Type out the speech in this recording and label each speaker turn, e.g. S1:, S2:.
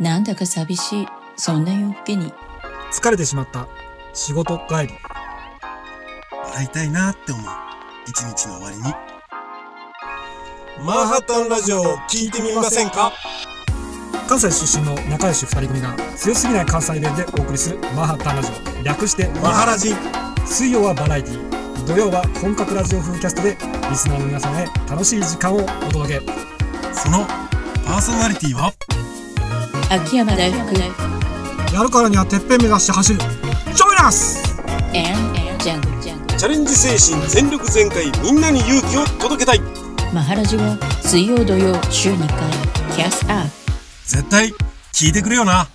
S1: なんだか寂しいそんな夜更けに
S2: 疲れてしまった仕事帰り
S3: 笑いたいなって思う一日の終わりに
S4: マンハッタンラジオを聞いてみませんか
S2: 関西出身の仲良し2人組が強すぎない関西弁でお送りするマンハッタンラジオ略して
S4: マハラジ
S2: 水曜はバラエティー土曜は本格ラジオ風キャストでリスナーの皆さんへ楽しい時間をお届け
S3: そのパーソナリティは
S1: 秋山大福
S2: やるからにはてっぺん目指して走るジョイナス
S1: and ジャングル
S4: チャレンジ精神全力全開みんなに勇気を届けたい
S1: マハラジは水曜土曜週2回キャスアップ
S3: 絶対聞いてくれよな